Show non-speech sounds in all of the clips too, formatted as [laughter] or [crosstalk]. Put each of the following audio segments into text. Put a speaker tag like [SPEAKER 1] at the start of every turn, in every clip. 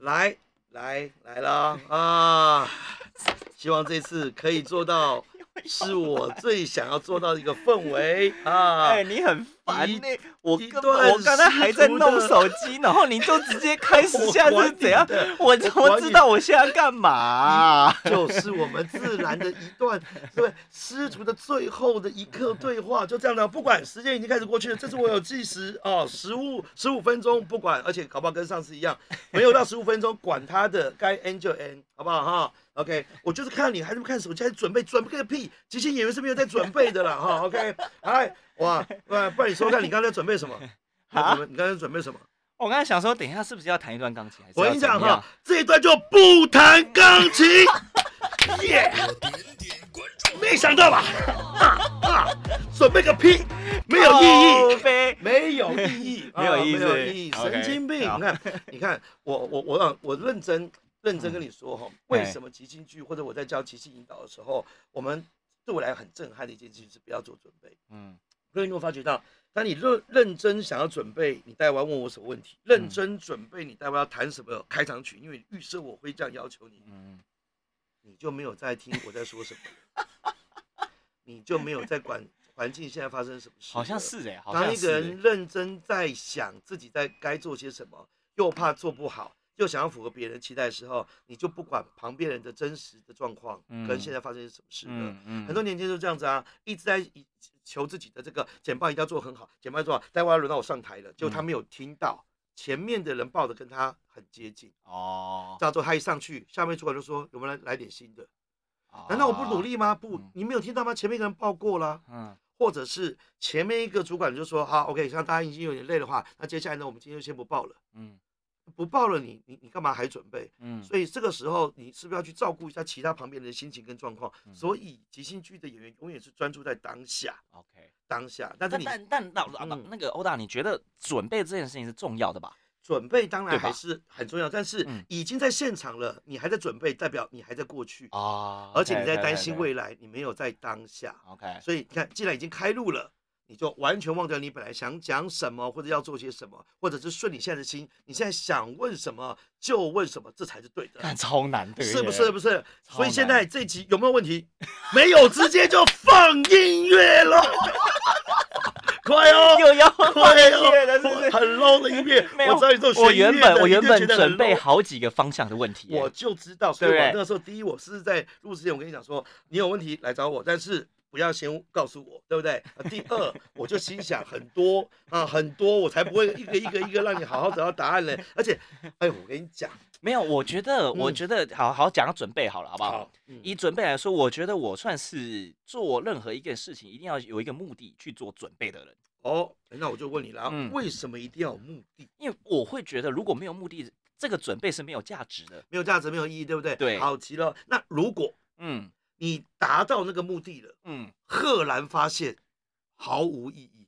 [SPEAKER 1] 来来来
[SPEAKER 2] [laughs]
[SPEAKER 1] 了啊！希望这次可以做到，是我最想要做到的一个氛围啊！
[SPEAKER 2] 哎，你很烦
[SPEAKER 1] 一
[SPEAKER 2] 呢、我
[SPEAKER 1] 一
[SPEAKER 2] 根本
[SPEAKER 1] 段
[SPEAKER 2] 我刚才还在
[SPEAKER 1] 师徒
[SPEAKER 2] 弄
[SPEAKER 1] 的
[SPEAKER 2] 手机，然后你就直
[SPEAKER 1] [laughs]
[SPEAKER 2] 接开始
[SPEAKER 1] 我
[SPEAKER 2] 现在
[SPEAKER 1] 管
[SPEAKER 2] 是
[SPEAKER 1] 你
[SPEAKER 2] 怎样
[SPEAKER 1] 的？
[SPEAKER 2] 我怎么
[SPEAKER 1] 管
[SPEAKER 2] 知
[SPEAKER 1] 你
[SPEAKER 2] 道我现在干嘛啊、
[SPEAKER 1] 就是我们自然的一段 [laughs] 对师徒的最后的一刻对话，就这样的，不管时间已经开始过去了，这次我有计时哦，十五十五分钟，不管，而且搞不好跟上次一样，没有到十五分钟，管他的，该 end 就 end，好不好哈？OK，我就是看你还是不看手机，还是准备准备个屁，即兴演员是没有在准备的啦哈，OK，哎，哇，不然不然你说看你刚才准备什么？
[SPEAKER 2] 啊
[SPEAKER 1] 你刚才准备什么？
[SPEAKER 2] 我刚才想说，等一下是不是要弹一段钢琴？还是
[SPEAKER 1] 我跟
[SPEAKER 2] 要
[SPEAKER 1] 你
[SPEAKER 2] 怎
[SPEAKER 1] 讲
[SPEAKER 2] 么样
[SPEAKER 1] 哈，这一段就不弹钢琴， [laughs] 耶、没想到吧？啊啊，准备个屁，没有意义，
[SPEAKER 2] 靠背
[SPEAKER 1] 哦没有意义，
[SPEAKER 2] 没有意思
[SPEAKER 1] 啊 [laughs] 没有意义，
[SPEAKER 2] OK，
[SPEAKER 1] 神经病！
[SPEAKER 2] 好
[SPEAKER 1] 你看，你看，我我我让我认真认真跟你说哈，为什么即兴剧或者我在教即兴引导的时候，我们对我来很震撼的一件事情是不要做准备。
[SPEAKER 2] 嗯，
[SPEAKER 1] 各位，你有没有发觉到，当你认认真想要准备，你待会要问我什么问
[SPEAKER 2] 嗯
[SPEAKER 1] 题，认真准备你待会要弹什么开场曲，因为预设我会这样要求你，
[SPEAKER 2] 嗯
[SPEAKER 1] 你就没有在听我在说什么了，你就没有在管环境现在发生什么事。
[SPEAKER 2] 好像。是哎、好
[SPEAKER 1] 当
[SPEAKER 2] 像
[SPEAKER 1] 一个
[SPEAKER 2] 是、
[SPEAKER 1] 人认真在想自己在该做些什么，又怕做不好，又想要符合别人的期待的时候，你就不管旁边人的真实的状况
[SPEAKER 2] 嗯
[SPEAKER 1] 跟现在发生什么事了。
[SPEAKER 2] 嗯嗯，
[SPEAKER 1] 很多年轻人就这样子啊，一直在以求自己的这个简报一定要做很好，简报要做好，待会儿要轮到我上台
[SPEAKER 2] 嗯
[SPEAKER 1] 了，结果他没有听到前面的人报的跟他很接近，
[SPEAKER 2] 哦，
[SPEAKER 1] 到时候他一上去，下面主管就说有没有来来点新的？
[SPEAKER 2] 哦
[SPEAKER 1] 难道我不努？力吗？不
[SPEAKER 2] 嗯，
[SPEAKER 1] 你没有听到吗？前面一个人报过啦。
[SPEAKER 2] 嗯
[SPEAKER 1] 或者是前面一个主管就说好，OK，像大家已经有点累的话，那接下来呢，我们今天就先不报了，
[SPEAKER 2] 嗯
[SPEAKER 1] 不报了你，你你干嘛还准备？
[SPEAKER 2] 嗯，
[SPEAKER 1] 所以这个时候，你是不是要去照顾一下其他旁边人的心情跟状况？
[SPEAKER 2] 嗯
[SPEAKER 1] 所以即兴剧的演员永远是专注在当下，
[SPEAKER 2] OK。
[SPEAKER 1] 当下。但是
[SPEAKER 2] 但
[SPEAKER 1] 你
[SPEAKER 2] 但但老老老
[SPEAKER 1] 嗯
[SPEAKER 2] 那个欧大，你觉得准备这件事情是重要的吧？
[SPEAKER 1] 准备当然
[SPEAKER 2] 对吧
[SPEAKER 1] 还是很重要，但是
[SPEAKER 2] 嗯
[SPEAKER 1] 已经在现场了，你还在准备，代表你还在过去，
[SPEAKER 2] 啊
[SPEAKER 1] 而且你在担心未来，你没有在当下。
[SPEAKER 2] OK，
[SPEAKER 1] 所以你看，既然已经开路了，你就完全忘掉你本来想讲什么，或者要做些什么，或者是顺你现在的心，你现在想问什么就问什么，这才是对的。
[SPEAKER 2] 看超难的耶，
[SPEAKER 1] 是不是？是不是？
[SPEAKER 2] 超
[SPEAKER 1] 所以现
[SPEAKER 2] 难
[SPEAKER 1] 在这集有没有问题？没有，直接就放音乐喽！ [laughs] 快哦，
[SPEAKER 2] 又要
[SPEAKER 1] 快
[SPEAKER 2] 音
[SPEAKER 1] 哦
[SPEAKER 2] 乐了，
[SPEAKER 1] [laughs]
[SPEAKER 2] 是不是？
[SPEAKER 1] 很 low 的音乐，
[SPEAKER 2] 没
[SPEAKER 1] 我
[SPEAKER 2] 有
[SPEAKER 1] 知道你这种
[SPEAKER 2] 我
[SPEAKER 1] 学音乐
[SPEAKER 2] 原
[SPEAKER 1] 的
[SPEAKER 2] 本我
[SPEAKER 1] 你
[SPEAKER 2] 原
[SPEAKER 1] 就
[SPEAKER 2] 本
[SPEAKER 1] 觉得很
[SPEAKER 2] 准备
[SPEAKER 1] low
[SPEAKER 2] 好几个方向的问题耶，
[SPEAKER 1] 我就知道，所以
[SPEAKER 2] 对
[SPEAKER 1] 我
[SPEAKER 2] 不对
[SPEAKER 1] 那个时候第一，我是在录之前，我跟你讲说，你有问题来找我，但是不要先告诉我，对不对？啊第二，我就心想很多啊，很多，我才不会一个一个一个让你好好找到答案嘞。而且，哎呦，我跟你讲，
[SPEAKER 2] 没有，我觉得，我
[SPEAKER 1] 嗯
[SPEAKER 2] 觉得好好讲到准备好了，好不好？
[SPEAKER 1] 好，嗯
[SPEAKER 2] 以准备来说，我觉得我算是做任何一件事情，一定要有一个目的去做准备的人，
[SPEAKER 1] 哦，那我就问你了啊
[SPEAKER 2] 嗯，
[SPEAKER 1] 为什么一定要有目的？
[SPEAKER 2] 因为我会觉得如果没有目的，这个准备是没有价值的。
[SPEAKER 1] 没有价值，没有意义，对不对？
[SPEAKER 2] 对
[SPEAKER 1] 好极了。那如果
[SPEAKER 2] 嗯
[SPEAKER 1] 你达到那个目的了，
[SPEAKER 2] 嗯，
[SPEAKER 1] 赫然发现毫无意义，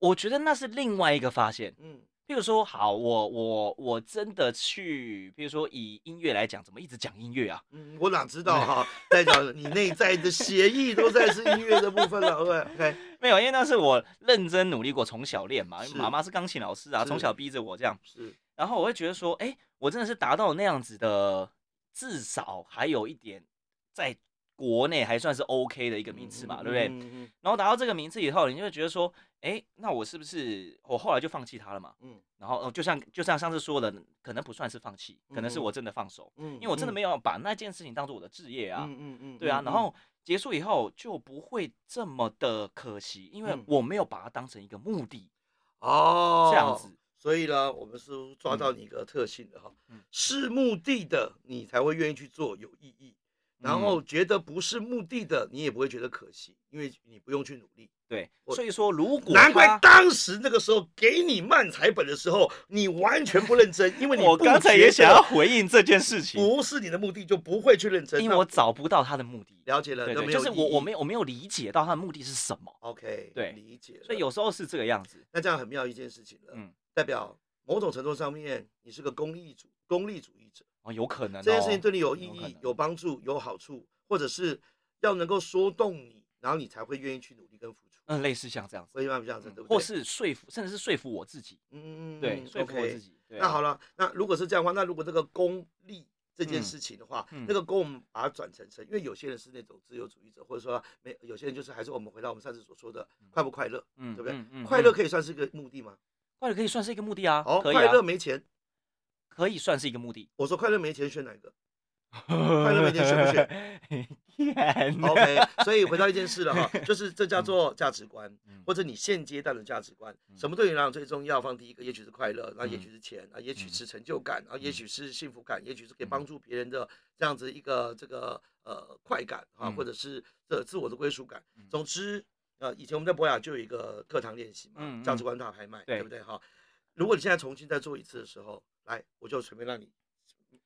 [SPEAKER 2] 我觉得那是另外一个发现。
[SPEAKER 1] 嗯，
[SPEAKER 2] 譬如说，好，我我我真的去，譬如说以音乐来讲，怎么一直讲音乐啊？
[SPEAKER 1] 嗯，我哪知道
[SPEAKER 2] 哎
[SPEAKER 1] 哈、代表你内在的协议都在是音乐的部分了，对不对？OK，
[SPEAKER 2] [laughs] 没有，因为那是我认真努力过，从小练嘛，因为
[SPEAKER 1] 是
[SPEAKER 2] 妈妈是钢琴老师啊，
[SPEAKER 1] 是
[SPEAKER 2] 从小逼着我这样。
[SPEAKER 1] 是
[SPEAKER 2] 然后我会觉得说，哎、我真的是达到那样子的，至少还有一点在国内还算是 OK 的一个名次嘛，对不对？
[SPEAKER 1] 嗯
[SPEAKER 2] 然后达到这个名次以后，你就会觉得说，哎、那我是不是我后来就放弃它了嘛？
[SPEAKER 1] 嗯
[SPEAKER 2] 然后，呃就像就像上次说的，可能不算是放弃，可能是
[SPEAKER 1] 嗯
[SPEAKER 2] 我真的放手，
[SPEAKER 1] 嗯
[SPEAKER 2] 因为我真的没有把那件事情当做我的职业
[SPEAKER 1] 有
[SPEAKER 2] 啊，
[SPEAKER 1] 嗯嗯嗯
[SPEAKER 2] 对啊。
[SPEAKER 1] 嗯
[SPEAKER 2] 然后结束以后就不会这么的可惜，因为
[SPEAKER 1] 嗯
[SPEAKER 2] 我没有把它当成一个目的
[SPEAKER 1] 哦，
[SPEAKER 2] 这样子。。
[SPEAKER 1] 所以呢，我们是抓到你一个特性的哈
[SPEAKER 2] 嗯，
[SPEAKER 1] 是目的的你才会愿意去做，有意义。然后
[SPEAKER 2] 嗯
[SPEAKER 1] 觉得不是目的的，你也不会觉得可惜，因为你不用去努力。
[SPEAKER 2] 对，
[SPEAKER 1] 我
[SPEAKER 2] 所以说如果
[SPEAKER 1] 难怪
[SPEAKER 2] 它
[SPEAKER 1] 当时那个时候给你漫才本的时候，你完全不认
[SPEAKER 2] [laughs]
[SPEAKER 1] 真，因为你
[SPEAKER 2] 我
[SPEAKER 1] 不
[SPEAKER 2] 刚才
[SPEAKER 1] 觉
[SPEAKER 2] 也
[SPEAKER 1] 得
[SPEAKER 2] 想要回应这件事情，
[SPEAKER 1] 不是你的目的就不会去认真。
[SPEAKER 2] 因
[SPEAKER 1] 那
[SPEAKER 2] 为我找不到他的目的。
[SPEAKER 1] 了解了，
[SPEAKER 2] 对
[SPEAKER 1] 那
[SPEAKER 2] 对，
[SPEAKER 1] 没
[SPEAKER 2] 就
[SPEAKER 1] 有
[SPEAKER 2] 是我我没
[SPEAKER 1] 有
[SPEAKER 2] 有我没有理解到他的目的是什么，
[SPEAKER 1] OK，
[SPEAKER 2] 对
[SPEAKER 1] 理解了。
[SPEAKER 2] 所以有时候是这个样子。
[SPEAKER 1] 那这样很妙一件事情了，
[SPEAKER 2] 嗯
[SPEAKER 1] 代表某种程度上面你是个功利主功利主义者，
[SPEAKER 2] 哦，有可能、哦、
[SPEAKER 1] 这件事情对你有意
[SPEAKER 2] 有可能
[SPEAKER 1] 义、有帮助、有好处，或者是要能够说动你，然后你才会愿意去努力跟付出。
[SPEAKER 2] 嗯，类似像这样子，
[SPEAKER 1] 我一般不这样子，对不对？
[SPEAKER 2] 嗯或是说服，甚至是说服我自己，
[SPEAKER 1] 嗯，
[SPEAKER 2] 对，说服我
[SPEAKER 1] OK
[SPEAKER 2] 自己。对啊
[SPEAKER 1] 那好了，那如果是这样的话，那如果这个功利这件
[SPEAKER 2] 嗯
[SPEAKER 1] 事情的话，
[SPEAKER 2] 嗯
[SPEAKER 1] 那个功我们把它转成成，因为有些人是那种自由主义者，或者说没有些人就是还是我们回到我们上次所说的快不快乐，
[SPEAKER 2] 嗯，
[SPEAKER 1] 对不对
[SPEAKER 2] 嗯嗯
[SPEAKER 1] 快乐
[SPEAKER 2] 嗯
[SPEAKER 1] 可以算是个目的吗？
[SPEAKER 2] 快乐可以算是一个目的啊，
[SPEAKER 1] 好，
[SPEAKER 2] 可以
[SPEAKER 1] 快
[SPEAKER 2] 啊，
[SPEAKER 1] 乐没钱，
[SPEAKER 2] 可以算是一个目的。
[SPEAKER 1] 我说快乐没钱选哪个 [laughs]
[SPEAKER 2] 快
[SPEAKER 1] 乐那天选不
[SPEAKER 2] [laughs] 选
[SPEAKER 1] ？OK，所以回到一件事了
[SPEAKER 2] [laughs]
[SPEAKER 1] 哈，就是这叫做价值观。
[SPEAKER 2] 嗯
[SPEAKER 1] 或者你现阶段的价值观，
[SPEAKER 2] 嗯
[SPEAKER 1] 什么对你来讲最重要？放第一个，也许是快乐，那也
[SPEAKER 2] 嗯
[SPEAKER 1] 许是钱，啊，也许
[SPEAKER 2] 嗯
[SPEAKER 1] 是成就感，啊，也
[SPEAKER 2] 嗯
[SPEAKER 1] 许是幸福感，也许是可以
[SPEAKER 2] 嗯
[SPEAKER 1] 帮助别人的这样子一个这个呃快感啊，
[SPEAKER 2] 嗯
[SPEAKER 1] 或者是这自我的归属感
[SPEAKER 2] 嗯。
[SPEAKER 1] 总之，呃，以前我们在博雅就有一个课堂练习嘛，
[SPEAKER 2] 嗯
[SPEAKER 1] 价
[SPEAKER 2] 嗯
[SPEAKER 1] 值观大拍卖，
[SPEAKER 2] 对
[SPEAKER 1] 对不对哈？如果你现在重新再做一次的时候，来，我就随便让你，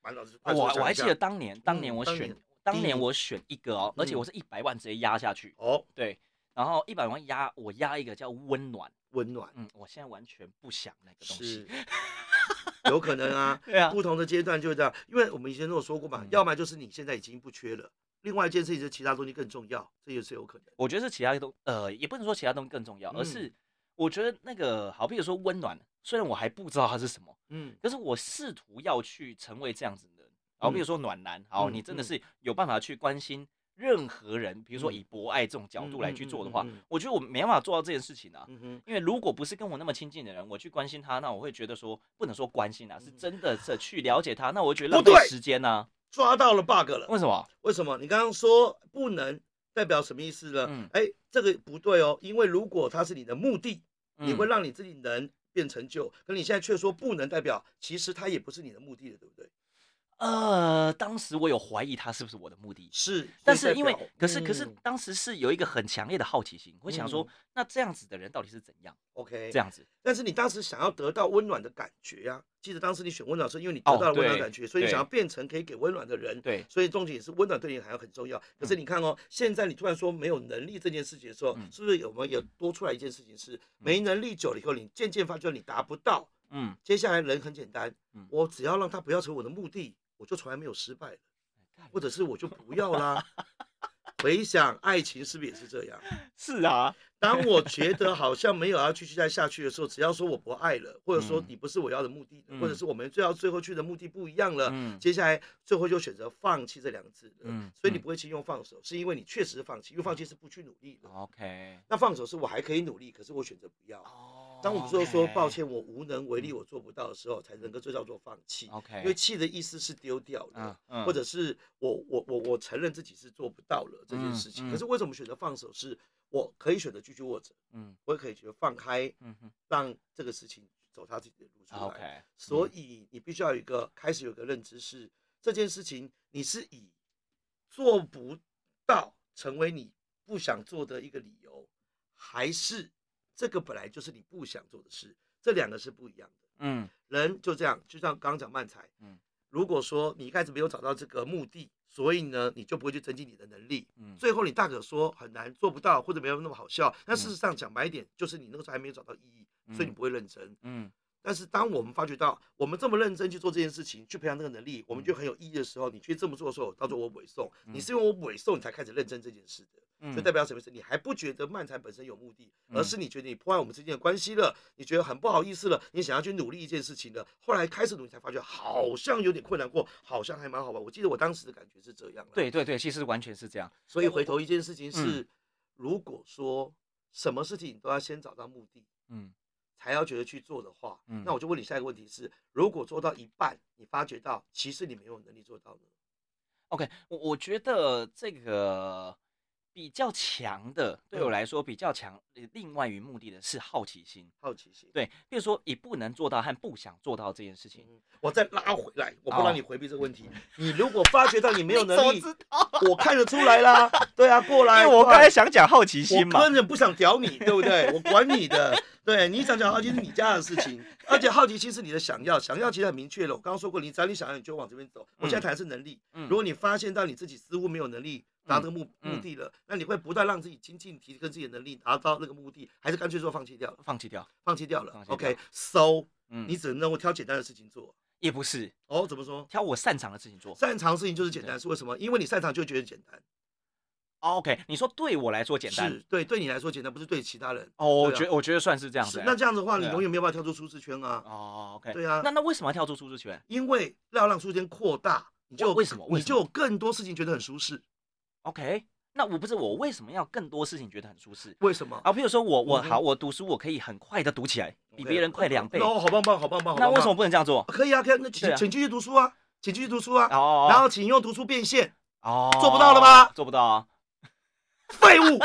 [SPEAKER 1] 满老师快
[SPEAKER 2] 我
[SPEAKER 1] 速
[SPEAKER 2] 我
[SPEAKER 1] 想
[SPEAKER 2] 还
[SPEAKER 1] 一
[SPEAKER 2] 记
[SPEAKER 1] 下
[SPEAKER 2] 得当年，当年
[SPEAKER 1] 嗯
[SPEAKER 2] 我
[SPEAKER 1] 当
[SPEAKER 2] 选
[SPEAKER 1] 年，第
[SPEAKER 2] 当
[SPEAKER 1] 一
[SPEAKER 2] 年
[SPEAKER 1] 名
[SPEAKER 2] 我选一个哦，而且
[SPEAKER 1] 嗯
[SPEAKER 2] 我是一百万直接压下去，
[SPEAKER 1] 哦，
[SPEAKER 2] 对，然后一百万压我压一个叫温暖，
[SPEAKER 1] 温暖
[SPEAKER 2] 嗯，我现在完全不想那个东西
[SPEAKER 1] 是，。有可能
[SPEAKER 2] [laughs]
[SPEAKER 1] 啊，
[SPEAKER 2] 对啊，
[SPEAKER 1] 不同的阶段就会这样，因为我们以前都有说过嘛，
[SPEAKER 2] 嗯
[SPEAKER 1] 要么就是你现在已经不缺了，另外一件事情是其他东西更重要，这也是有可能。
[SPEAKER 2] 我觉得是其他东，呃，也不能说其他东西更重要，而
[SPEAKER 1] 嗯
[SPEAKER 2] 是我觉得那个好，比如说温暖，虽然我还不知道它是什么，
[SPEAKER 1] 嗯，
[SPEAKER 2] 可是我试图要去成为这样子的人，然后比如说暖男，好，
[SPEAKER 1] 嗯
[SPEAKER 2] 你真的
[SPEAKER 1] 嗯
[SPEAKER 2] 是有办法去关心任何人，比如说
[SPEAKER 1] 嗯
[SPEAKER 2] 以博爱这种角度来去做的话
[SPEAKER 1] 嗯嗯嗯嗯嗯，
[SPEAKER 2] 我觉得我没办法做到这件事情啊。
[SPEAKER 1] 嗯哼，
[SPEAKER 2] 因为如果不是跟我那么亲近的人，我去关心他，那我会觉得说不能说关心啊，是真的是去了解他，那我会觉得浪
[SPEAKER 1] 嗯不
[SPEAKER 2] 费
[SPEAKER 1] 对
[SPEAKER 2] 时间啊呐、
[SPEAKER 1] 抓到了 bug 了。
[SPEAKER 2] 为什么？
[SPEAKER 1] 为什么？你刚刚说不能代表什么意思呢？
[SPEAKER 2] 嗯
[SPEAKER 1] 哎、这个不对哦，因为如果它是你的目的，你会
[SPEAKER 2] 嗯
[SPEAKER 1] 让你自己能变成就，可你现在却说不能代表，其实它也不是你的目的了，对不对？
[SPEAKER 2] 呃，当时我有怀疑他是不是我的目的，
[SPEAKER 1] 是，
[SPEAKER 2] 但
[SPEAKER 1] 所以
[SPEAKER 2] 是
[SPEAKER 1] 代
[SPEAKER 2] 因为
[SPEAKER 1] 表
[SPEAKER 2] 可是可是
[SPEAKER 1] 嗯
[SPEAKER 2] 当时是有一个很强烈的好奇心，我想说
[SPEAKER 1] 嗯
[SPEAKER 2] 那这样子的人到底是怎样？
[SPEAKER 1] OK，
[SPEAKER 2] 这样子，
[SPEAKER 1] 但是你当时想要得到温暖的感觉啊，记得当时你选温暖是因为你得到了温暖的感觉，
[SPEAKER 2] 哦对
[SPEAKER 1] 所以你
[SPEAKER 2] 对
[SPEAKER 1] 想要变成可以给温暖的人。
[SPEAKER 2] 对，
[SPEAKER 1] 所以重点是温暖对你还要很重要。可是你看哦，现在你突然说没有能力这件事情的时候，
[SPEAKER 2] 嗯
[SPEAKER 1] 是不是有没有多出来一件事情是没能力久了以后，你渐渐发觉你达不到，
[SPEAKER 2] 嗯，
[SPEAKER 1] 接下来人很简单
[SPEAKER 2] 嗯，
[SPEAKER 1] 我只要让他不要成为我的目的，我就从来没有失败了，或者是我就不要
[SPEAKER 2] [laughs]
[SPEAKER 1] 啦。回想爱情是不是也是这样？
[SPEAKER 2] 是啊，
[SPEAKER 1] 当
[SPEAKER 2] [laughs]
[SPEAKER 1] 我觉得好像没有要继续再下去的时候，只要说我不爱了，或者说
[SPEAKER 2] 嗯
[SPEAKER 1] 你不是我要的目的，
[SPEAKER 2] 嗯
[SPEAKER 1] 或者是我们最后最后去的目的不一样了，
[SPEAKER 2] 嗯
[SPEAKER 1] 接下来最后就选择放弃这两个字了。
[SPEAKER 2] 嗯
[SPEAKER 1] 所以你
[SPEAKER 2] 嗯
[SPEAKER 1] 不会轻用放手，是因为你确实放弃，因为放弃是不去努力的。
[SPEAKER 2] ，OK，
[SPEAKER 1] 那放手是我还可以努力，可是我选择不要。
[SPEAKER 2] 哦嗯
[SPEAKER 1] 当我们最后说抱歉，我无能为力，我做不到的时候，才能够这叫做放弃。
[SPEAKER 2] 哦，OK，
[SPEAKER 1] 因为弃的意思是丢掉
[SPEAKER 2] 嗯
[SPEAKER 1] 了，，
[SPEAKER 2] 嗯
[SPEAKER 1] 或者是我我我我承认自己是做不到了这件事情。
[SPEAKER 2] 嗯嗯
[SPEAKER 1] 可是为什么选择放手？是我可以选择继续握着。
[SPEAKER 2] 嗯
[SPEAKER 1] 我也可以觉得放开，
[SPEAKER 2] 嗯哼
[SPEAKER 1] 让这个事情走他自己的路出来。
[SPEAKER 2] ，OK，嗯
[SPEAKER 1] 所
[SPEAKER 2] 以
[SPEAKER 1] 以你必须要有一个开始有一个认知是，这件事情你是以做不到成为你不想做的一个理由，还是这个本来就是你不想做的事？这两个是不一样的。
[SPEAKER 2] 嗯
[SPEAKER 1] 人就这样，就像刚刚讲漫才，
[SPEAKER 2] 嗯
[SPEAKER 1] 如果说你一开始没有找到这个目的，所以呢，你就不会去增进你的能力，
[SPEAKER 2] 嗯，
[SPEAKER 1] 最后你大可说很难做不到，或者没有那么好笑。但
[SPEAKER 2] 嗯
[SPEAKER 1] 事实上讲白一点，就是你那个时候还没有找到意义，所以你
[SPEAKER 2] 嗯
[SPEAKER 1] 不会认真。
[SPEAKER 2] 嗯
[SPEAKER 1] 但是当我们发觉到我们这么认真去做这件事情，去培养这个能力，我们
[SPEAKER 2] 嗯
[SPEAKER 1] 就很有意义的时候，你去这么做的时候，当做我委送，你
[SPEAKER 2] 嗯
[SPEAKER 1] 是因为我委送你才开始认真这件事的。
[SPEAKER 2] 嗯，
[SPEAKER 1] 所以代表什么意思？你还不觉得漫才本身有目的，而
[SPEAKER 2] 嗯
[SPEAKER 1] 是你觉得你破坏我们之间的关系了，你觉得很不好意思了，你想要去努力一件事情了。后来开始努力才发觉好像有点困难过，好像还蛮好玩。我记得我当时的感觉是这样啦。
[SPEAKER 2] 对对对，其实完全是这样，
[SPEAKER 1] 所以回头一件事情
[SPEAKER 2] 嗯
[SPEAKER 1] 是，如果说什么事情都要先找到目的，
[SPEAKER 2] 嗯
[SPEAKER 1] 才要觉得去做的话，
[SPEAKER 2] 嗯
[SPEAKER 1] 那我就问你下一个问题是：如果做到一半，你发觉到其实你没有能力做到呢？
[SPEAKER 2] ，OK，我我觉得这个。比较强的，对
[SPEAKER 1] 嗯
[SPEAKER 2] 我来说比较强，呃另外于目的的是好奇心。
[SPEAKER 1] 好奇心。
[SPEAKER 2] 对，比如说你不能做到和不想做到这件事情，
[SPEAKER 1] 嗯，我再拉回来，我不
[SPEAKER 2] 哦
[SPEAKER 1] 让你回避这个问题。你如果发觉到
[SPEAKER 2] [laughs]
[SPEAKER 1] 你没有
[SPEAKER 2] 你
[SPEAKER 1] 能
[SPEAKER 2] 怎么
[SPEAKER 1] 力，
[SPEAKER 2] 知道？
[SPEAKER 1] 我看得出来啦。对啊，过来，
[SPEAKER 2] [laughs] 因为我
[SPEAKER 1] 快
[SPEAKER 2] 刚才想讲好奇
[SPEAKER 1] 我
[SPEAKER 2] 心嘛，
[SPEAKER 1] 根本不想屌你，对不对？ [laughs] 我管你的，对你想讲好奇是你家的事
[SPEAKER 2] [laughs]
[SPEAKER 1] 情，而且好奇心是你的想要，想要其实很明确了。我刚刚说过，你只要你想要，你就往这边走。我现在谈的是能力，
[SPEAKER 2] 嗯
[SPEAKER 1] 如果你发现到你自己似乎没有能力达到这个目、
[SPEAKER 2] 嗯
[SPEAKER 1] 目的了，那你会不断让自己精进提升自己的能力，达到那个目的，还是干脆说放弃掉了？
[SPEAKER 2] 放弃掉。
[SPEAKER 1] 放弃掉了。
[SPEAKER 2] 放弃掉
[SPEAKER 1] OK，so、
[SPEAKER 2] 嗯，
[SPEAKER 1] 你只能够挑简单的事情做。
[SPEAKER 2] 也不是
[SPEAKER 1] 哦，怎么说？
[SPEAKER 2] 挑我擅长的事情做。
[SPEAKER 1] 擅长的事情就是简单，是为什么？因为你擅长就会觉得简单。
[SPEAKER 2] 哦 OK，你说对我来说简单
[SPEAKER 1] 是，对对你来说简单，不是对其他人。
[SPEAKER 2] 哦，我
[SPEAKER 1] 对啊
[SPEAKER 2] 觉我觉得算是这样子
[SPEAKER 1] 是
[SPEAKER 2] 欸。
[SPEAKER 1] 那这样子的话，你
[SPEAKER 2] 对啊
[SPEAKER 1] 永远没有办法跳出舒适圈啊，
[SPEAKER 2] 哦，OK，
[SPEAKER 1] 对啊
[SPEAKER 2] 那那为什么要跳出舒适圈
[SPEAKER 1] 因为要让舒适圈扩大，你就
[SPEAKER 2] 为什么为
[SPEAKER 1] 你
[SPEAKER 2] 什
[SPEAKER 1] 就有更多事情觉得很舒适。
[SPEAKER 2] ？OK，那我不是我为什么要更多事情觉得很舒适
[SPEAKER 1] 为什么？
[SPEAKER 2] 啊？譬如说我我
[SPEAKER 1] 嗯哼
[SPEAKER 2] 好，我读书我可以很快的读起来，比
[SPEAKER 1] OK
[SPEAKER 2] 别
[SPEAKER 1] [laughs]
[SPEAKER 2] 人快两倍，
[SPEAKER 1] 哦，好棒棒，好棒棒，好棒棒。
[SPEAKER 2] 那为什么不能这样
[SPEAKER 1] [laughs]
[SPEAKER 2] 做？
[SPEAKER 1] 可以啊？可以啊，那
[SPEAKER 2] 对
[SPEAKER 1] 请
[SPEAKER 2] 啊
[SPEAKER 1] 请继续读书啊，请继续读书啊。
[SPEAKER 2] 哦，
[SPEAKER 1] 然后请用读书变现，
[SPEAKER 2] 哦，
[SPEAKER 1] 做不到了吧
[SPEAKER 2] 做不到啊。
[SPEAKER 1] 废物，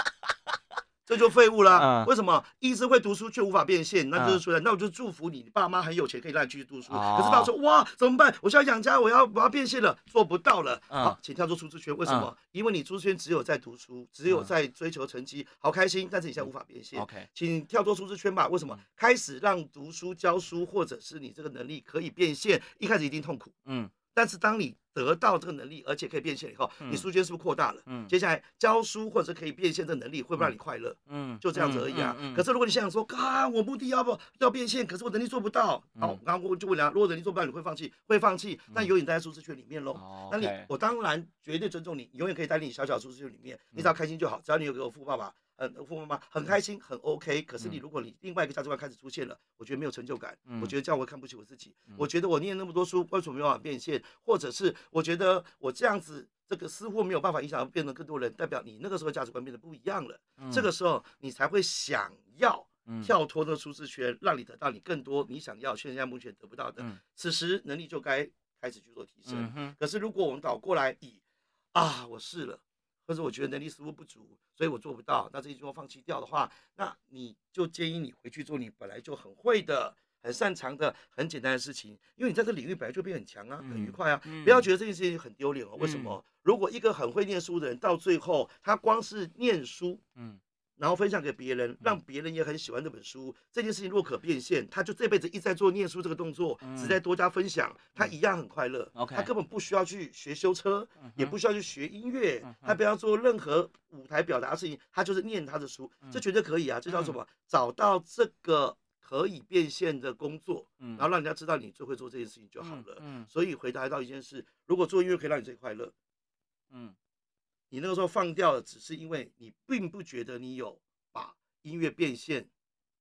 [SPEAKER 1] 这就废物啦。
[SPEAKER 2] 嗯
[SPEAKER 1] 为什么医生会读书却无法变现？那就是
[SPEAKER 2] 嗯
[SPEAKER 1] 说，那我就祝福你，你爸妈很有钱，可以让你继续读书。
[SPEAKER 2] 哦
[SPEAKER 1] 可是爸说，哇，怎么办？我现在养家，我要我要变现了，做不到了。
[SPEAKER 2] 嗯
[SPEAKER 1] 好，请跳出舒适圈。为什么？因为你舒适圈只有在读书，只有
[SPEAKER 2] 嗯
[SPEAKER 1] 在追求成绩，好开心，但是你现在无法变现。
[SPEAKER 2] OK，嗯
[SPEAKER 1] 请跳脱舒适圈吧。为什么？开始让读书、教书，或者是你这个能力可以变现，一开始一定痛苦。
[SPEAKER 2] 嗯
[SPEAKER 1] 但是当你得到这个能力，而且可以变现以后，
[SPEAKER 2] 嗯
[SPEAKER 1] 你书圈是不是扩大了？
[SPEAKER 2] 嗯
[SPEAKER 1] 接下来教书或者可以变现这能力，会不会让你快乐？
[SPEAKER 2] 嗯，
[SPEAKER 1] 就这样子而已啊。可
[SPEAKER 2] 是
[SPEAKER 1] 是如果你想想说，啊，我目的要不要变现，可是我能力做不到，好
[SPEAKER 2] 嗯，
[SPEAKER 1] 然后我就问他，如果能力做不到，你会放弃？会放弃，但永远待在舒适圈里面喽。那你
[SPEAKER 2] 哦
[SPEAKER 1] 我当然绝对尊重你，你永远可以待在你小小舒适圈里面，你
[SPEAKER 2] 嗯
[SPEAKER 1] 只要开心就好。只要你有个富爸爸，呃，富妈妈很开心，很 OK。可是你
[SPEAKER 2] 嗯
[SPEAKER 1] 如果你另外一个价值观开始出现了，我觉得没有成就感，我
[SPEAKER 2] 嗯
[SPEAKER 1] 觉得这样我看不起我自己，我觉得我念那么多书为什么没有办法变现，或者是我觉得我这样子。这个似乎没有办法影响到变成更多人，代表你那个时候价值观变得不一样了。
[SPEAKER 2] 嗯
[SPEAKER 1] 这个时候你才会想要跳脱这个舒适圈，让你得到你更多你想要现在目前得不到的
[SPEAKER 2] 嗯。
[SPEAKER 1] 此时能力就该开始去做提升
[SPEAKER 2] 嗯。哼
[SPEAKER 1] 可是如果我们倒过来以啊，我试了，或者我觉得能力似乎不足，所以我做不到，那这一句话放弃掉的话，那你就建议你回去做你本来就很会的。很擅长的、很简单的事情，因为你在这个领域本来就变很强啊，很愉
[SPEAKER 2] 嗯
[SPEAKER 1] 快啊，
[SPEAKER 2] 嗯
[SPEAKER 1] 不要觉得这件事情很丢脸哦。为什么？如果一个很会念书的人，到最后他光是念书，
[SPEAKER 2] 嗯
[SPEAKER 1] 然后分享给别人，让别人也很喜欢这本书。这件事情若可变现，他就这辈子一直在做念书这个动作，
[SPEAKER 2] 嗯
[SPEAKER 1] 只在多加分享，他一样很快乐。
[SPEAKER 2] OK
[SPEAKER 1] 他根本不需要去学修车，
[SPEAKER 2] 嗯哼
[SPEAKER 1] 也不需要去学音乐，
[SPEAKER 2] 嗯哼
[SPEAKER 1] 他不要做任何舞台表达的事情，他就是念他的书，
[SPEAKER 2] 嗯
[SPEAKER 1] 这绝对可以啊！这叫什么？找到这个可以变现的工作，
[SPEAKER 2] 嗯
[SPEAKER 1] 然后让人家知道你最会做这件事情就好了。
[SPEAKER 2] 嗯
[SPEAKER 1] 所以回答到一件事：如果做音乐可以让你最快乐，
[SPEAKER 2] 嗯
[SPEAKER 1] 你那个时候放掉了，只是因为你并不觉得你有把音乐变现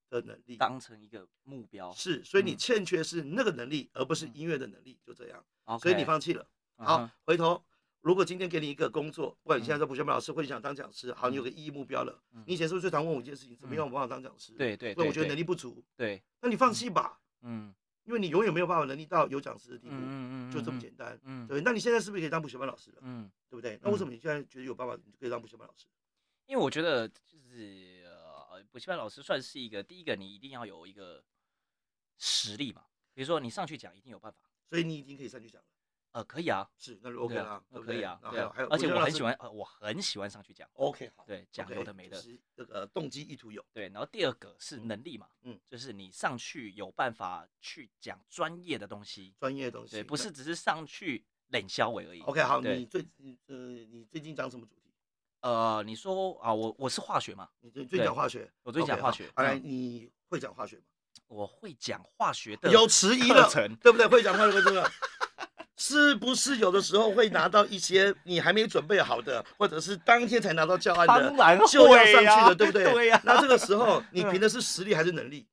[SPEAKER 1] 的能力
[SPEAKER 2] 嗯，，当成一个目标，
[SPEAKER 1] 是，所以你
[SPEAKER 2] 嗯
[SPEAKER 1] 欠缺是那个能力，而不是
[SPEAKER 2] 嗯
[SPEAKER 1] 音乐的能力，就这样，
[SPEAKER 2] OK，
[SPEAKER 1] 所以你放弃了。
[SPEAKER 2] 嗯
[SPEAKER 1] 好
[SPEAKER 2] 哼，
[SPEAKER 1] 回头如果今天给你一个工作，不管你
[SPEAKER 2] 嗯
[SPEAKER 1] 现在在补习班老师，或者你想当讲师，好，你有个意义目标了
[SPEAKER 2] 嗯。
[SPEAKER 1] 你以前是不是最常问我一件事情，怎么样我办法当讲师？，
[SPEAKER 2] 对对
[SPEAKER 1] 所以
[SPEAKER 2] 对，
[SPEAKER 1] 我觉得
[SPEAKER 2] 对
[SPEAKER 1] 能力不足，
[SPEAKER 2] 对，
[SPEAKER 1] 那你放弃吧，
[SPEAKER 2] 嗯
[SPEAKER 1] 因为你永远没有办法能力到有讲师的地
[SPEAKER 2] 嗯
[SPEAKER 1] 步，
[SPEAKER 2] 嗯嗯，
[SPEAKER 1] 就这么
[SPEAKER 2] 嗯
[SPEAKER 1] 简单。
[SPEAKER 2] 嗯
[SPEAKER 1] 对，那你现在是不是可以当补习班老师了？
[SPEAKER 2] 嗯，
[SPEAKER 1] 对不对？那为什
[SPEAKER 2] 嗯
[SPEAKER 1] 么你现在觉得有办法，你就可以当补习班老师？
[SPEAKER 2] 因为我觉得就是呃，补习班老师算是一个第一个，你一定要有一个实力嘛，比如说你上去讲一定有办法，
[SPEAKER 1] 所以你已经可以上去讲了。
[SPEAKER 2] 呃，可以啊，
[SPEAKER 1] 是，那就 OK
[SPEAKER 2] 对啊
[SPEAKER 1] 啦，
[SPEAKER 2] 呃
[SPEAKER 1] 对不
[SPEAKER 2] 可以
[SPEAKER 1] 对
[SPEAKER 2] 啊，
[SPEAKER 1] 然后
[SPEAKER 2] 对
[SPEAKER 1] 还有
[SPEAKER 2] 啊
[SPEAKER 1] 还有，
[SPEAKER 2] 而且
[SPEAKER 1] 觉得
[SPEAKER 2] 我
[SPEAKER 1] 老
[SPEAKER 2] 很
[SPEAKER 1] 师
[SPEAKER 2] 喜欢，呃，我很喜欢上去讲，
[SPEAKER 1] OK 好，
[SPEAKER 2] 对，讲
[SPEAKER 1] OK，
[SPEAKER 2] 有的没的
[SPEAKER 1] 就，是这个动机意图有，
[SPEAKER 2] 对，然后第二个是能力嘛，
[SPEAKER 1] 嗯
[SPEAKER 2] 嗯，就是你上去有办法去讲专业的东西，
[SPEAKER 1] 专业的东西，
[SPEAKER 2] 对，不是只是上去冷笑伟而已。
[SPEAKER 1] 那 OK 好，
[SPEAKER 2] 对
[SPEAKER 1] 你最你呃你最近讲什么主题？
[SPEAKER 2] 呃，你说啊，我我是化学嘛，
[SPEAKER 1] 你最最近讲化学，
[SPEAKER 2] 我最近讲
[SPEAKER 1] OK，
[SPEAKER 2] 化
[SPEAKER 1] 好
[SPEAKER 2] 学
[SPEAKER 1] 哎，
[SPEAKER 2] 嗯
[SPEAKER 1] 你会讲化学吗？
[SPEAKER 2] 我会讲化学的，
[SPEAKER 1] 有迟疑了
[SPEAKER 2] 课程，
[SPEAKER 1] 对不对？会讲化学这个。是不是有的时候会拿到一些你还没准备好的，或者是当天才拿到教案的，
[SPEAKER 2] 当然
[SPEAKER 1] 就要
[SPEAKER 2] 会
[SPEAKER 1] 上
[SPEAKER 2] 呀
[SPEAKER 1] 去的，对不对？
[SPEAKER 2] 啊 [laughs] 对嗯呀
[SPEAKER 1] 那这个时候你凭的是实力还是能力？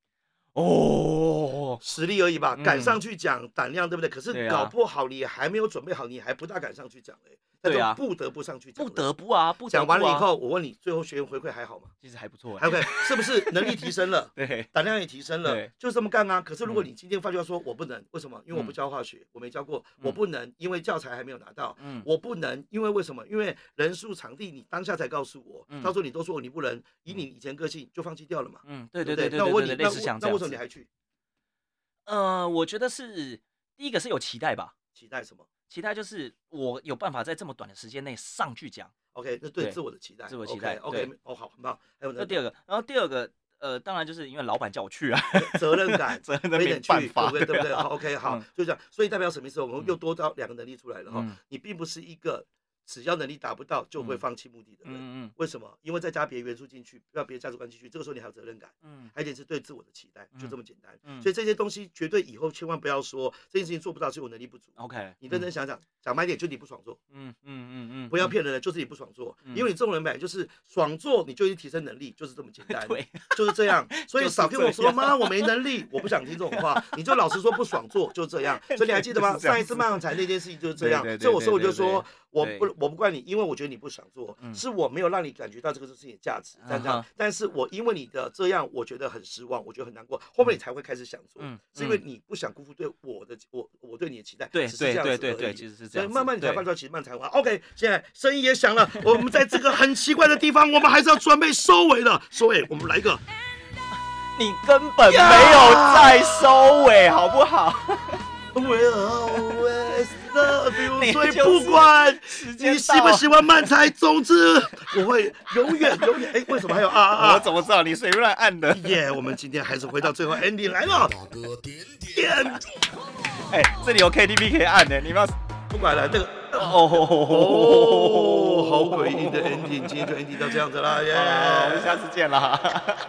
[SPEAKER 2] 哦，
[SPEAKER 1] 实力而已吧，
[SPEAKER 2] 嗯
[SPEAKER 1] 敢上去讲胆量，对不对？可是
[SPEAKER 2] 对
[SPEAKER 1] 搞
[SPEAKER 2] 啊
[SPEAKER 1] 不好你还没有准备好，你还不大敢上去讲嘞，那
[SPEAKER 2] 对啊
[SPEAKER 1] 就不得不上去讲
[SPEAKER 2] [laughs] 不
[SPEAKER 1] 了。
[SPEAKER 2] 得不啊，不得
[SPEAKER 1] 讲完
[SPEAKER 2] 不
[SPEAKER 1] 了以
[SPEAKER 2] 啊，
[SPEAKER 1] 后，我问你，最后学员回馈还好
[SPEAKER 2] [laughs]
[SPEAKER 1] 吗？
[SPEAKER 2] 其实还不错
[SPEAKER 1] 还 [laughs]
[SPEAKER 2] 欸，？
[SPEAKER 1] OK，是不是能力提升了
[SPEAKER 2] 对，
[SPEAKER 1] 胆量也提升了
[SPEAKER 2] 对，
[SPEAKER 1] 就这么干啊！可是如果
[SPEAKER 2] 嗯
[SPEAKER 1] 你今天发觉说我不能，为什么？因为我不
[SPEAKER 2] 嗯
[SPEAKER 1] 教化学，我没教过，
[SPEAKER 2] 嗯
[SPEAKER 1] 我不能，因为教材还没有拿到，
[SPEAKER 2] 嗯，
[SPEAKER 1] 我不能，因为为什么？因为人数、场地，你当下才告诉我，
[SPEAKER 2] 嗯
[SPEAKER 1] 到时候你都说你不能，以你以前个性就放弃掉了嘛，
[SPEAKER 2] 嗯，对
[SPEAKER 1] 对
[SPEAKER 2] 对
[SPEAKER 1] 不
[SPEAKER 2] 对对，
[SPEAKER 1] 那我问你，
[SPEAKER 2] 对
[SPEAKER 1] 那
[SPEAKER 2] 类似
[SPEAKER 1] 为
[SPEAKER 2] 像这
[SPEAKER 1] 那为
[SPEAKER 2] 样
[SPEAKER 1] 什么
[SPEAKER 2] 子
[SPEAKER 1] 你。还去
[SPEAKER 2] 呃，我觉得是第一个是有期待吧，
[SPEAKER 1] 期待什么？
[SPEAKER 2] 期待就是我有办法在这么短的时间内上去讲，
[SPEAKER 1] OK，那对
[SPEAKER 2] 对
[SPEAKER 1] 自我的期待，
[SPEAKER 2] 自我期待
[SPEAKER 1] OK，,
[SPEAKER 2] 对
[SPEAKER 1] 哦，好，很棒。还有
[SPEAKER 2] 这
[SPEAKER 1] 呢，
[SPEAKER 2] 第二个，然后第二个，呃，当然就是因为老板叫我去啊，，
[SPEAKER 1] 责任感
[SPEAKER 2] [laughs] 真的
[SPEAKER 1] 有一
[SPEAKER 2] 没
[SPEAKER 1] 点去，
[SPEAKER 2] 办
[SPEAKER 1] 对
[SPEAKER 2] 法，
[SPEAKER 1] 不对？对不对？
[SPEAKER 2] 啊
[SPEAKER 1] 好，OK，好
[SPEAKER 2] 嗯，
[SPEAKER 1] 就这样。所以代表什么意思？我们
[SPEAKER 2] 嗯
[SPEAKER 1] [laughs] 又多到两个能力出来了哈
[SPEAKER 2] 嗯。
[SPEAKER 1] 你并不是一个只要能力达不到，就会
[SPEAKER 2] 嗯
[SPEAKER 1] 放弃目的的人。
[SPEAKER 2] 嗯
[SPEAKER 1] 为什么？因为再加别元素进去，让别的价值观进去，这个时候你还有责任感，
[SPEAKER 2] 嗯
[SPEAKER 1] 还有一点是对自我的期待，就这
[SPEAKER 2] 嗯
[SPEAKER 1] 么简单。
[SPEAKER 2] 嗯
[SPEAKER 1] 所以这些东西绝对以后千万不要说这件事情做不到，是我能力不足。
[SPEAKER 2] ，OK，
[SPEAKER 1] 你认真想想，讲白一点，就是你不爽做，
[SPEAKER 2] 哦嗯嗯嗯嗯，
[SPEAKER 1] 不要骗人了，就是你不爽做，
[SPEAKER 2] 嗯
[SPEAKER 1] 因为你这种人本来就是爽做，你就已经提升能力，就是这么简单。
[SPEAKER 2] [laughs] 对，
[SPEAKER 1] 就是这样。所以
[SPEAKER 2] 就是
[SPEAKER 1] 少跟我
[SPEAKER 2] 这
[SPEAKER 1] 说
[SPEAKER 2] 样
[SPEAKER 1] 妈，我没能力，我不想听这种话，你就老实说不爽做，就这样。所以你还记得吗？
[SPEAKER 2] [laughs] 就是这样
[SPEAKER 1] 上一次漫长才那件事情就是这样
[SPEAKER 2] 对对。对
[SPEAKER 1] 所以我说我就说
[SPEAKER 2] 对
[SPEAKER 1] 我
[SPEAKER 2] 对
[SPEAKER 1] 不我不怪你，因为我觉得你不想做，
[SPEAKER 2] 嗯
[SPEAKER 1] 是我没有让你感觉到这个事情的价值，这样这
[SPEAKER 2] 啊
[SPEAKER 1] 样
[SPEAKER 2] 哈。
[SPEAKER 1] 但是我因为你的这样，我觉得很失望，我觉得很难过，后面你才会开始想做
[SPEAKER 2] 嗯，
[SPEAKER 1] 是因为你不想辜负对我的我我对你的期待，
[SPEAKER 2] 对
[SPEAKER 1] 只是这样
[SPEAKER 2] 对对
[SPEAKER 1] 子
[SPEAKER 2] 对
[SPEAKER 1] 而
[SPEAKER 2] 对，
[SPEAKER 1] 已
[SPEAKER 2] 其实是这
[SPEAKER 1] 所以
[SPEAKER 2] 样子，
[SPEAKER 1] 慢慢你才
[SPEAKER 2] 对
[SPEAKER 1] 发觉，其实漫才完。OK，现在声音也响了，我们在这个很奇怪的地方，我们还是要准备收尾了。收尾，我们来一 [laughs] 个
[SPEAKER 2] 你根本没有在收尾，好不好？
[SPEAKER 1] Will always love
[SPEAKER 2] 你
[SPEAKER 1] you。所以
[SPEAKER 2] 就是
[SPEAKER 1] 不管
[SPEAKER 2] 时间
[SPEAKER 1] 你
[SPEAKER 2] 到
[SPEAKER 1] 喜不喜欢漫才，总之我会永远永远。哎，为什么还有啊啊？
[SPEAKER 2] [laughs] 我怎么知道你随便乱按 [laughs] 的？
[SPEAKER 1] 耶我们今天还是回到最后，Andy 来了。点
[SPEAKER 2] 哎，这里有 KTV 可以按的，你们要
[SPEAKER 1] 不管了，那个
[SPEAKER 2] 哦
[SPEAKER 1] 哦，好诡异的 Andy，今天就 Andy 到这样子啦，耶、
[SPEAKER 2] 好啦我们下次见啦。